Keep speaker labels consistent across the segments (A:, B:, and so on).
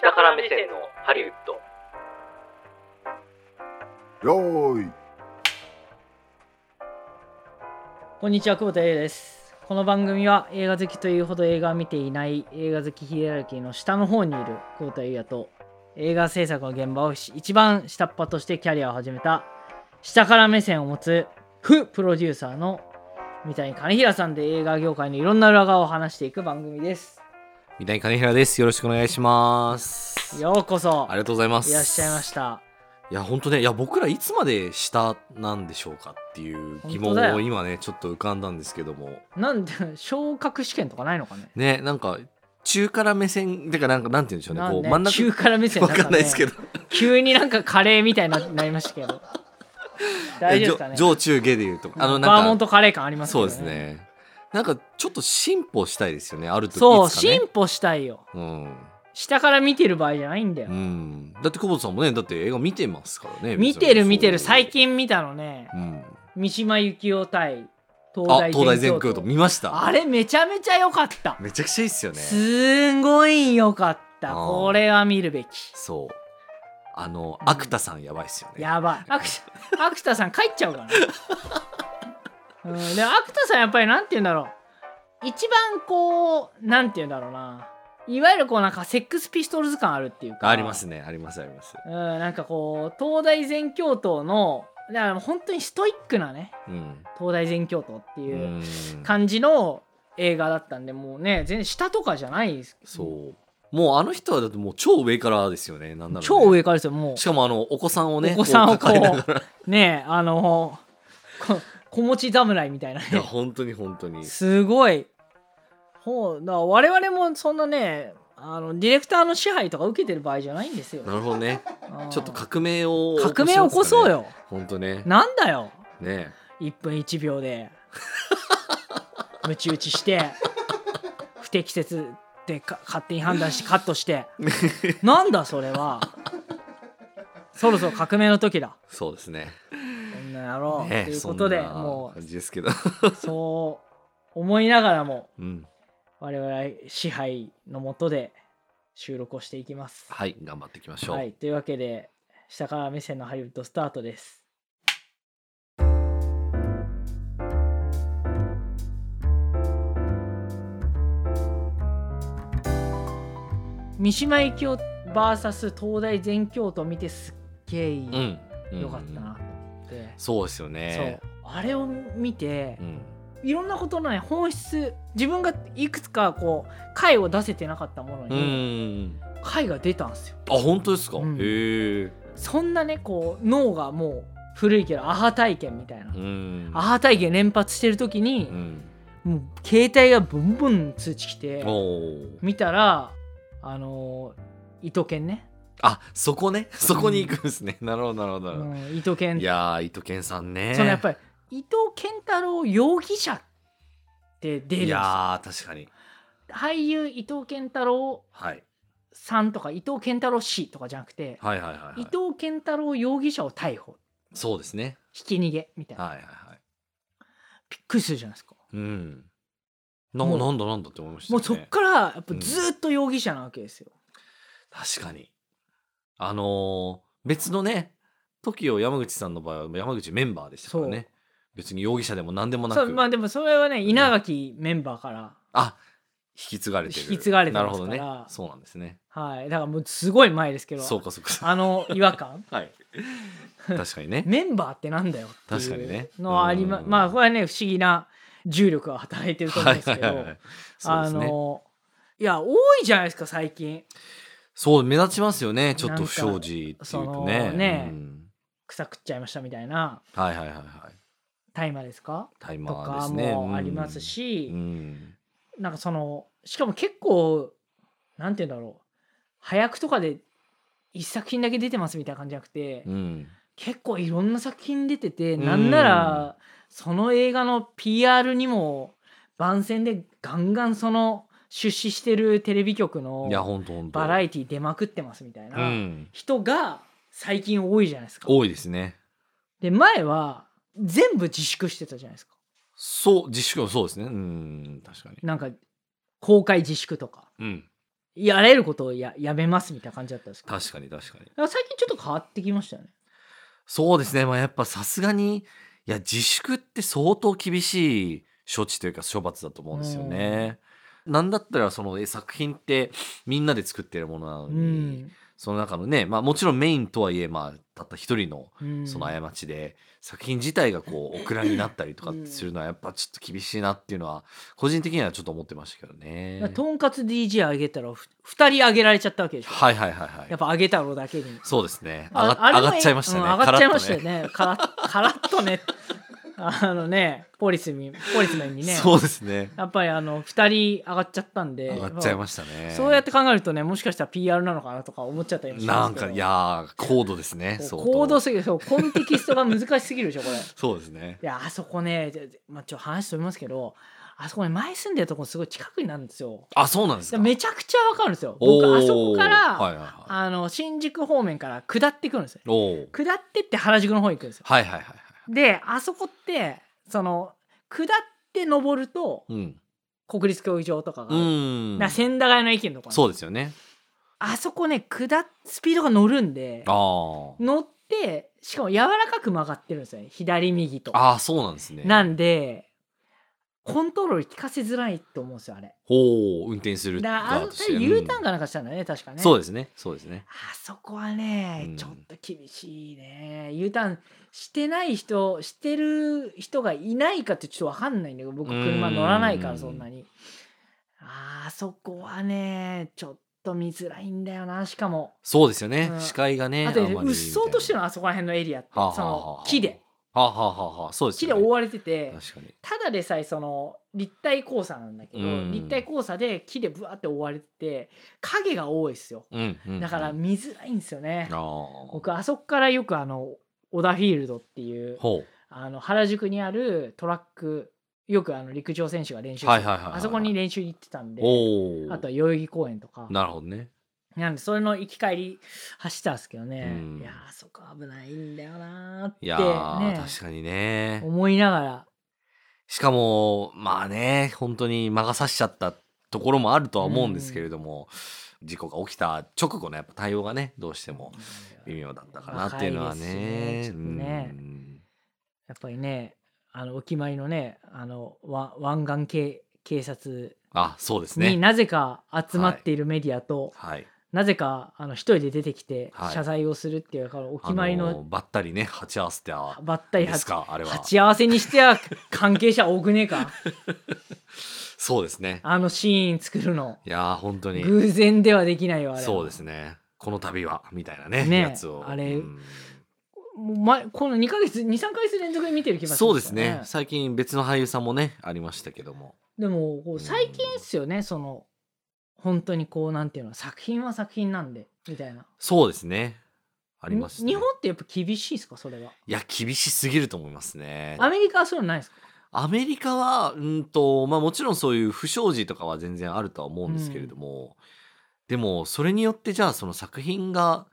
A: 下から目線のハリウッド
B: よーい
C: こんにちは、久保田優です。この番組は映画好きというほど映画を見ていない映画好きヒエラルキーの下の方にいる久保田優也と映画制作の現場を一番下っ端としてキャリアを始めた下から目線を持つ副プロデューサーの三谷兼平さんで映画業界のいろんな裏側を話していく番組です。
D: 三谷金平です。よろしくお願いします。
C: ようこそ
D: ありがとうございます。
C: いらっしゃいまし。た。
D: いや、本当ね、いや、僕らいつまで下なんでしょうかっていう疑
C: 本当
D: 問
C: だよ
D: を今ね、ちょっと浮かんだんですけども。
C: なんで昇格試験とかないのかね
D: ね、なんか、中から目線、てか、なんか、なんて言うんでしょうね、
C: なん
D: こう、
C: ね
D: 真ん中。
C: 中から目線
D: わかんないですけど。
C: 急になんかカレーみたいにななりましたけ ど大丈夫ですかね
D: 上上中下で言うと。あの、
C: バーモ
D: な
C: ン
D: んか、
C: トカレー感ありますけ
D: そ
C: ど
D: うですね。なんか、ちょっと進歩したいですよね、ある時
C: そう、
D: いつかね
C: 進歩したいよ
D: うん。
C: 下から見てる場合じゃないんだよ
D: う、ん。だって、久保田さんもね、だって映画見てますからね。
C: 見てる見てる
D: そう
C: 最。近見たのね
D: うん。
C: 三島由紀夫対東
D: あ、
C: 大
D: 東大全
C: 全
D: 教
C: 教
D: と
C: と
D: 見ました。
C: あれめちゃめちゃ良かった、
D: めちゃくちゃいいっすよね。
C: すんごい良かった
D: あー
C: これは見るべき
D: そう。あの、
C: うん
D: 芥田さんやばいっすよね。
C: やばいアクシアクタさん帰っちゃう から、ね、うんでアクタさんやっぱりなんて言うんだろう一番こうなんて言うんだろうないわゆるこうなんかセックスピストルズ感あるっていうか
D: ありますね、あります、あります。
C: うん、なんかこう東大全教頭のだからもう本当にストイックなね
D: うん。
C: 東大全教頭って
D: う
C: いうん感じの映画だったんでもうね全然下とかじゃないです
D: そう。もうあの人はだってもう超上からですよね、なんならね、
C: 超上からですよも
D: しかもあの、お子さん
C: う、
D: をね、
C: お子さんをこ
D: 抱えながら
C: うねあのこ子持ち侍みたいなね
D: いや、本当に本当に。
C: すごいほうだから我々もそんなねあのディレクターの支配とか受けてる場合じゃないんですよ
D: なるほどね。
C: うん
D: ちょっと革命を、
C: 革命を起こそう
D: よ。
C: よ
D: 本当ね。
C: なんだよ
D: ね。
C: 1分1秒でムチ打ちして不適切でか勝手に判断して カットしてなんだそれはそろそろ革命の時だ
D: そうですね。
C: こんな野郎、
D: ね
C: ということで
D: そんな
C: も
D: 感じですけど。
C: うそう思いながらも
D: うん。
C: 我々支配のもとで収録をしていきます。
D: はい、頑張っていきましょう。
C: はい、というわけで下から目線のハリウッドスタートです。三島由紀夫 VS 東大全教徒見てすっげえ
D: うん。うん
C: 良かったなと思って、
D: そうですよね。
C: そうあれを見て、
D: うん。
C: いろんなことのね本質自分がいくつかこう回を出せてなかったもの
D: う
C: に
D: ん。
C: 回が出たんですよ。
D: あ、本当ですか。
C: うん
D: へえ。
C: そんなねこう脳がもう古いけどアハ体験みたいな、
D: うん。
C: アハ体験連発してる時に
D: う、ん。
C: もう携帯がブンブン通知来て
D: おー
C: 見たらあのー、糸犬ね、
D: あそこねそこに行くんですね、 なるほどなるほど、
C: うん、糸犬
D: いやー伊藤健さんね
C: そのやっぱり伊藤健太郎容疑者って出るん
D: い
C: ですよ
D: やー確かに
C: 俳優伊藤健太郎
D: はい、
C: さんとか伊藤健太郎氏とかじゃなくて、
D: はいはいはいはい
C: 伊藤健太郎容疑者を逮捕
D: そうですね
C: ひき逃げみたいな、
D: はいはいはい
C: びっくりするじゃないですか
D: うんな
C: もう
D: なんだなんだって思いました
C: も
D: よ
C: う
D: ね
C: そっからやっぱずっと容疑者なわけですよ、
D: 確かにあのー別のね TOKIO 山口さんの場合は山口メンバーでしたからね別に容疑者でも何でもな
C: そう
D: く、
C: まあでもそれはね稲垣メンバーから、
D: あ引き継がれてる
C: 引き継がれて
D: な
C: ま
D: る
C: す
D: ほ
C: か
D: ど
C: ら
D: ねそうなんですね
C: はいだからもうすごい前ですけど
D: そうかそうか
C: あの違和感
D: はい確かにね
C: メンバーってなんだよって
D: 確かに
C: い
D: ね
C: うのはありま
D: うん
C: まあこれはね不思議な重力が働いてると思うんですけど、
D: い。そうで
C: あ
D: すね。
C: のいや多いじゃないですか最近
D: そう目立ちますよね。ちょっ
C: なん
D: と
C: か
D: 不祥事って
C: そ
D: いう
C: の
D: とね。
C: ね
D: うん
C: 草食っちゃいましたみたいな
D: はいはいはいはい。
C: 大麻ですか
D: タイ
C: と
D: マーで
C: か
D: すね。
C: もあります
D: う
C: し、
D: ん。うん
C: なんかそのしかも結構なんて言うんだろう早くとかで一作品だけ出てますみたいな感じじゃなくて、
D: うん。
C: 結構いろんな作品出てて、
D: うん
C: なんならその映画の PR にも番宣でガンガンその出資してるテレビ局の
D: いや本当本当。
C: バラ
D: エ
C: エティ出まくってますみたいな、
D: うん。
C: 人が最近多いじゃないですか。
D: 多いですね。
C: で前は全部自粛してたじゃないですか。
D: そう自粛そうですね。うん確かに。
C: なんか公開自粛とか。
D: うん。
C: やれることをややめますみたいな感じだったんですけど
D: 確かに確かに。
C: なんか最近ちょっと変わってきましたよね
D: そうですね。まあやっぱさすがに、いや自粛って相当厳しい処置というか処罰だと思うんですよね。なんだったらそのえ作品ってみんなで作ってるものなの
C: う
D: に、
C: ん、
D: その中のね、まあもちろんメインとはいえ、まあたった一人の
C: うん、
D: その過ちで作品自体がこうオクラになったりとかするのはやっぱちょっと厳しいなっていうのは個人的にはちょっと思ってましたけどね。
C: だからとんかつ DJ あげたらふ2人あげられちゃったわけでしょ、
D: はいはいはいはい
C: やっ。ぱあげ太郎だけに
D: そうですね。
C: あ
D: 上
C: あれ
D: が
C: も
D: 上がっちゃいましたね。
C: うん上がっちゃいましたよ
D: カラッと
C: ね。カラッカラッとね。あのね、ポリスミン、ポリスメンにね。
D: そうですね。
C: やっぱりあの、二人上がっちゃったんで。
D: 上がっちゃいましたね。
C: そうやって考えるとね、もしかしたら PR なのかなとか思っちゃったりもし
D: な
C: ま
D: ん
C: すけど
D: かいやー高度ですね。
C: こ
D: 相
C: う
D: 当
C: 行動すぎる。そう、コンテキストが難しすぎるでしょ、これ。い
D: そうですね。
C: や、あそこね、じゃまあ、ちょ、話飛びますけど、あそこね、前住んでるとこすごい近くになるんですよ。
D: あそうなんですか。
C: めちゃくちゃわかるんですよ。
D: お
C: 僕、
D: ー
C: あそこから、
D: はいはいはい。
C: あの、新宿方面から下ってくるんですよ。
D: おお。
C: 下ってって原宿の方行くんですよ。
D: はいはいはいはい。
C: であそこってその下って登ると
D: うん。
C: 国立競技場とかが
D: う
C: ある、
D: ん。
C: な千駄ヶ谷の駅のとこ
D: そうですよね。
C: あそこね下っスピードが乗るんで
D: あー
C: 乗ってしかも柔らかく曲がってるんですよね左右と
D: あーそうなんですね。
C: なんでコントロール効かせづらいと思うんですよあれ
D: ほう運転する
C: だからあの
D: 側として
C: U ターン
D: うん
C: かなんかしたんだよね確かね
D: そう
C: す
D: ですね。そうですね。
C: あそこはね、
D: うん
C: ちょっと厳しいね U ターンしてない人してる人がいないかってちょっと分かんないんだけど僕車乗らないか
D: う
C: ら
D: ん
C: そんなにあーそこはねちょっと見づらいんだよなしかも
D: そうですよね
C: う。ん
D: 視界がね。
C: あと
D: あんま
C: ね
D: り
C: うっそうとしてる
D: み
C: のあそこら辺のエリアって
D: たいな
C: その木で。
D: はあはあはあはあはあはあはあ。そうです
C: 木
D: よ
C: で
D: ね。
C: 覆われてて
D: 確かに。
C: ただでさえその立体交差なんだけど
D: うん
C: 立体交差で木でぶわって覆われてて影が多いですよ
D: うんうんうん。
C: だから
D: あ
C: 見づらいんですよね
D: あ。ほ
C: 僕あそこからよくあのオダフィールドっていう
D: う。
C: あの原宿にあるトラックよくあの陸上選手が練習して
D: はい
C: る
D: はいはいはい。
C: あそこに練習に行ってたんで
D: おお。
C: あとは代々木公園とか
D: なるほどね。
C: なんでそれの行き帰り走ったんですけどね
D: うん
C: いやあそこ危ないんだよなーっ
D: い
C: て
D: やー、
C: ね
D: 確かにね。
C: 思いながら
D: しかも、まあね、本当に魔が差しちゃったところもあるとは思うんですけれども、事故が起きた直後のやっぱ対応がね、どうしても微妙だったかなっていうのは
C: 若いで
D: ね。
C: すしねちょっとね
D: うん
C: やっぱりねあのお決まりのねあのわ湾岸警警察
D: あ、そうです
C: に
D: ね。
C: なぜか集まっているメディアと、
D: はい。
C: なぜかあの一人で出てきて
D: はい
C: 謝罪をするっていう、からお決まり
D: あの
C: の
D: ばったりね、鉢合わせては。
C: ばったり
D: で
C: は
D: すか、あれは。
C: 鉢合わせにしては関係者多くねえか
D: そうですね。
C: あのシーン作るの
D: いやー、本当に。
C: 偶然ではできないよあれ
D: そうですね。この度は、みたいなね、
C: ね
D: やつを。
C: あれ
D: うん
C: もう前この2か月23か月連続で見てる気がする
D: そ
C: ん
D: うで
C: よ
D: すね。最近別の俳優さんもね、ありましたけども。
C: でもこう最近っすよねその本当にこうなんていうの作品は作品なんでみたいな
D: そうですね。あります、ね。
C: に日本ってやっぱ厳しいですかそれはい
D: や、厳しすぎると思いますね。
C: アメリカはそういうのないですか
D: アメリカは、うんと、まあもちろんそういう不祥事とかは全然あるとは思うんですけれども、でも、それによってじゃあその作品が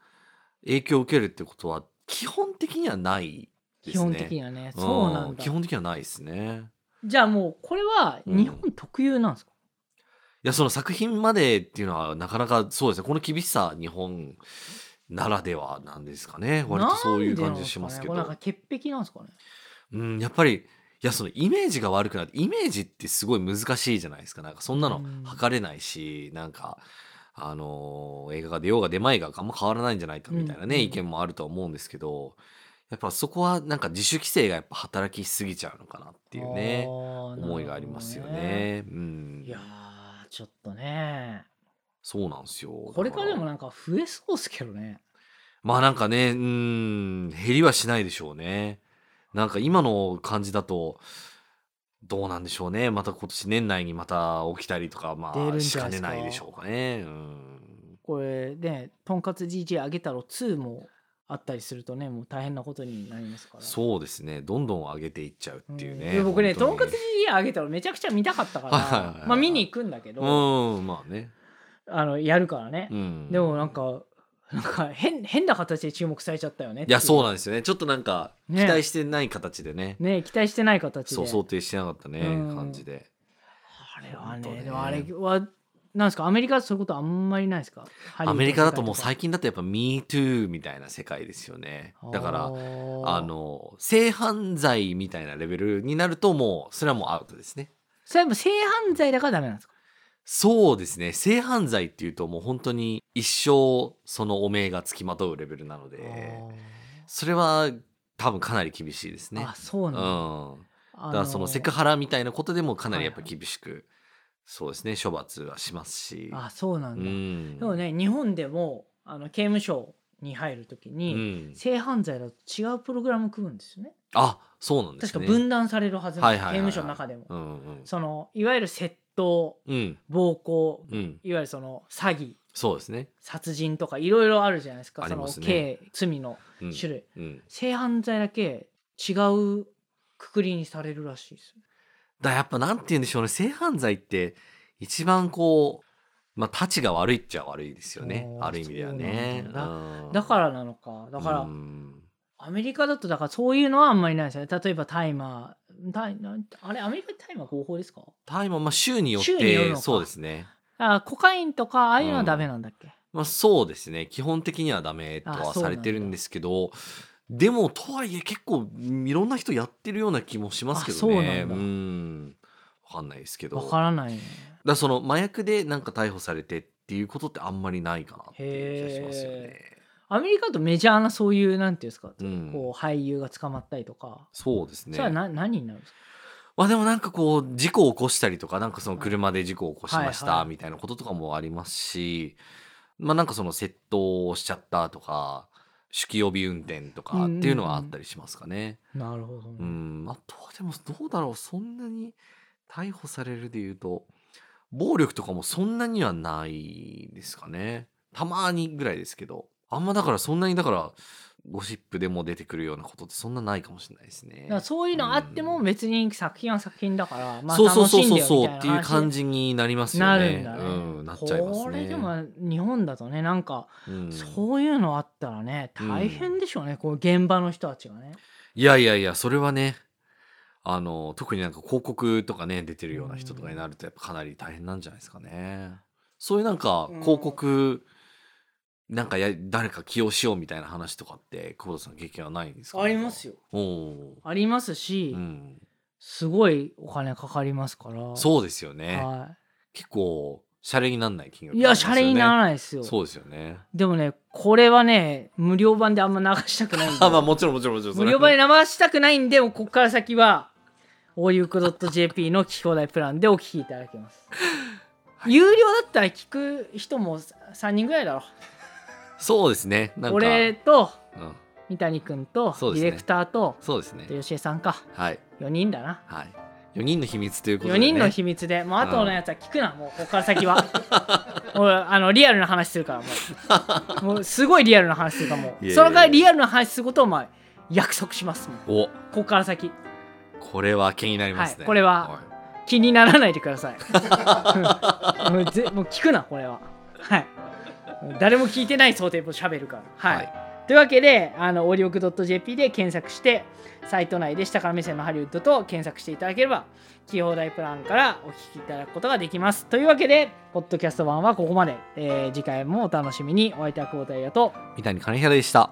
D: 影響を受けるってことは、基本的にはないですね。
C: 基本的にはねそうなん
D: ん
C: だ
D: 基本的にはないですね。
C: じゃあもうこれは日本特有なんですか、
D: いや、その作品までっていうのはなかなかそうですね。この厳しさ、日本ならではなんですかね。割とそういう感じしますけど。
C: なんでなんですかねこれなんか潔癖なんですかね
D: うん、やっぱり、いや、そのイメージが悪くなって、イメージってすごい難しいじゃないですか。なんかそんな
C: う
D: の
C: ん
D: 測れないし、なんか、あのー映画が出ようが出まいがあんま変わらないんじゃないかみたいなね、
C: うん
D: 意見もあるとは思うんですけど、やっぱそこはなんか自主規制がやっぱ働きすぎちゃうのかなっていうね、思
C: 思
D: いがありますよね。うん。
C: いやーちょっとね
D: そうなんですよ。
C: これからでも
D: だら
C: なんか増えそうですけどね
D: まあなんかね、うん、減りはしないでしょうね。なんか今の感じだと、どうなんでしょうね。また今年年内にまた起きたりとか、ま
C: 出るん
D: あ、
C: じ
D: し
C: ゃな
D: か
C: いで
D: ね
C: すか
D: ないでしょうかね。うん。
C: これね「とんかつ DJ あげ太郎2」もあったりするとねもう大変なことになりますから
D: そうですね。どんどん上げていっちゃうっていう
C: うん
D: ね。
C: で僕ね「とん
D: 本当
C: か
D: に
C: つ DJ あげ太郎」めちゃくちゃ見たかったか
D: はいはいはいは
C: ら
D: い
C: まあ見に行くんだけど
D: うん、まあね。
C: あのやるからね
D: うん。
C: でもなんかなんか変変な形で注目されちゃったよね
D: いや、そうなん
C: ん
D: ですよね。ちょっとなんか、期
C: ね
D: 待してない形でね。
C: ね期待してない形で
D: そう、想定してなかったね
C: う、ん
D: 感じで。
C: あれは
D: 本当
C: ね
D: ね
C: でもあれはなんですかアメリカそういうことあんまりないですか
D: アメリカだともう最
C: 近
D: 近だとやっぱ MeToo みたいな世界ですよねだからあの性犯罪みたいなレベルになるともうそれはもうアウトですね
C: それはもう性犯罪だからダメなんですか
D: そうですね性犯罪っていうともう本当に一生その汚名がつきまとうレベルなのでそれは多分かなり厳しいですね
C: あそうな
D: う
C: んだ
D: ん
C: あ
D: だ
C: の
D: からそのセクハラみたいなことでもかなりやっ
C: は
D: ぱ
C: い
D: 厳しくそうですね処罰はしますし
C: あそうな
D: うん
C: だ、
D: ん
C: でもね日本でもあの刑務所に入るとき
D: う
C: に、
D: ん
C: 性犯罪だと違うプログラム組むんですよね
D: あそうなんで
C: 確
D: す
C: か
D: ね
C: 分断されるはずなん
D: は
C: で
D: い
C: す
D: はい
C: 刑
D: はいは
C: 務
D: い
C: 所の中でも、
D: うんうん
C: そのいわゆる窃盗
D: うん
C: 暴行
D: うん
C: いわゆるその詐欺
D: そうですね
C: 殺人とかいろいろあるじゃないですか
D: ありますね
C: その刑罪の
D: うん
C: 種類、
D: うん
C: 性犯罪だけ違うくくりにされるらしいですよ
D: だからやっぱなんて言うんでしょうね性犯罪って一番こうまあたちが悪いっちゃ悪いですよね
C: あー
D: ある意味ではね
C: そうなん
D: うん
C: だからなのかだから、
D: うん
C: アメリカだとだからそういうのはあんまりないですよね例えばタイマータイなあれアメリカでタイマー合法ですか
D: タイマーまあ州によっ
C: 州による
D: て
C: のか
D: そうですね
C: あコカインとかああいうのはダメなんだっけ、
D: まあそうですね基本的にはダメとは
C: あそう
D: さ
C: なんだ
D: れてるんですけどでもとはいえ結構いろんな人やってるような気もしますけどね
C: あそうなんだ
D: んわかんないですけど
C: わからないね
D: だからその麻薬でなんか逮捕されてっていうことってあんまりないかなっていう気がしますよね。
C: アメリカだとメジャーなそういうなんていうんですか、
D: うん
C: こう俳優が捕まったりとか、
D: そうですね
C: それはな何になるんですか
D: まあでもなんかこう事故を起こしたりとかなんかその車で事故を起こしまし
C: はいは
D: た
C: い
D: みたいなこととかもありますし、まあなんかその窃盗をしちゃったとか酒気帯び運転とかっていうのはあったりしますかね。
C: なるほどね、
D: うんあとはでもどうだろうそんなに逮捕されるでいうと暴力とかもそんなにはないですかねたまにぐらいですけどあんまだからそんなにだからゴシップでも出てくるようなことってそんなないかもしれないですね
C: だからそういうのあっても別に作品は作品だから、まあ
D: そうそう
C: 楽
D: そう
C: しん
D: そう
C: でよみ
D: そ
C: たいな話
D: うっていう感じになります
C: な
D: よね
C: るんだね、
D: うん、なっちゃいますね
C: これでも日本だとねなんか
D: うん
C: そういうのあったらね
D: うん
C: 大変でしょうね、こう現場の人たちがね
D: いやいやいやそれはねあの特になんか広告とかね出てるような人とかになるとやっぱかなり大変なんじゃないですかね。そういうなんか
C: うん
D: 広告、なんかや誰か起用しようみたいな話とかって久保田さん経験はないんですか
C: あります
D: よ。
C: よ
D: おー
C: ありますし、
D: うん、
C: すごいお金かかりますから
D: そうですよ
C: う
D: ね、
C: は
D: 結構シャレになんない金
C: い、
D: 額
C: いやシャレになら
D: い
C: ないですよ
D: そうですよね。
C: でもねこれはね無料版であんま流したくないんで
D: あ まあもちろんもちろんもちろんそ
C: 無
D: れ
C: 料
D: は
C: 版で流したくないんでもうここから先はオーユークドット JP の聞き放題プランでお聞きいただけます、有料だったら聞く人も3人ぐらいだろ
D: そうですねなんか
C: 俺と
D: うん、
C: 三谷君とデ
D: そうで
C: ィ
D: すね
C: レクターと、
D: そうですね
C: で吉江さんか
D: はい
C: 4人だな
D: はい4人の秘密ということ
C: 4
D: で、ね、
C: 人の秘密でもう後のやつは聞くなもうここから先は 俺あのリアルな話するからも うもうすごいリアルな話するからも
D: いやいやいうや
C: その代わりリアルな話することをまあ約束しますもんこ
D: お
C: こから先
D: これは気になりますね。
C: はいこれは気にならないでくださいもうぜもう聞くなこれははい誰も聞いてない想定を喋るから
D: はい。
C: は
D: はいい、
C: というわけで、あの、オリオク .jp で検索して、サイト内で下から目線のハリウッドと検索していただければ、企業大プランからお聞きいただくことができます。というわけで、ポッドキャスト版はここまで。えー次回もお楽しみに。お相手は久保田彩と、
D: 三谷兼平でした。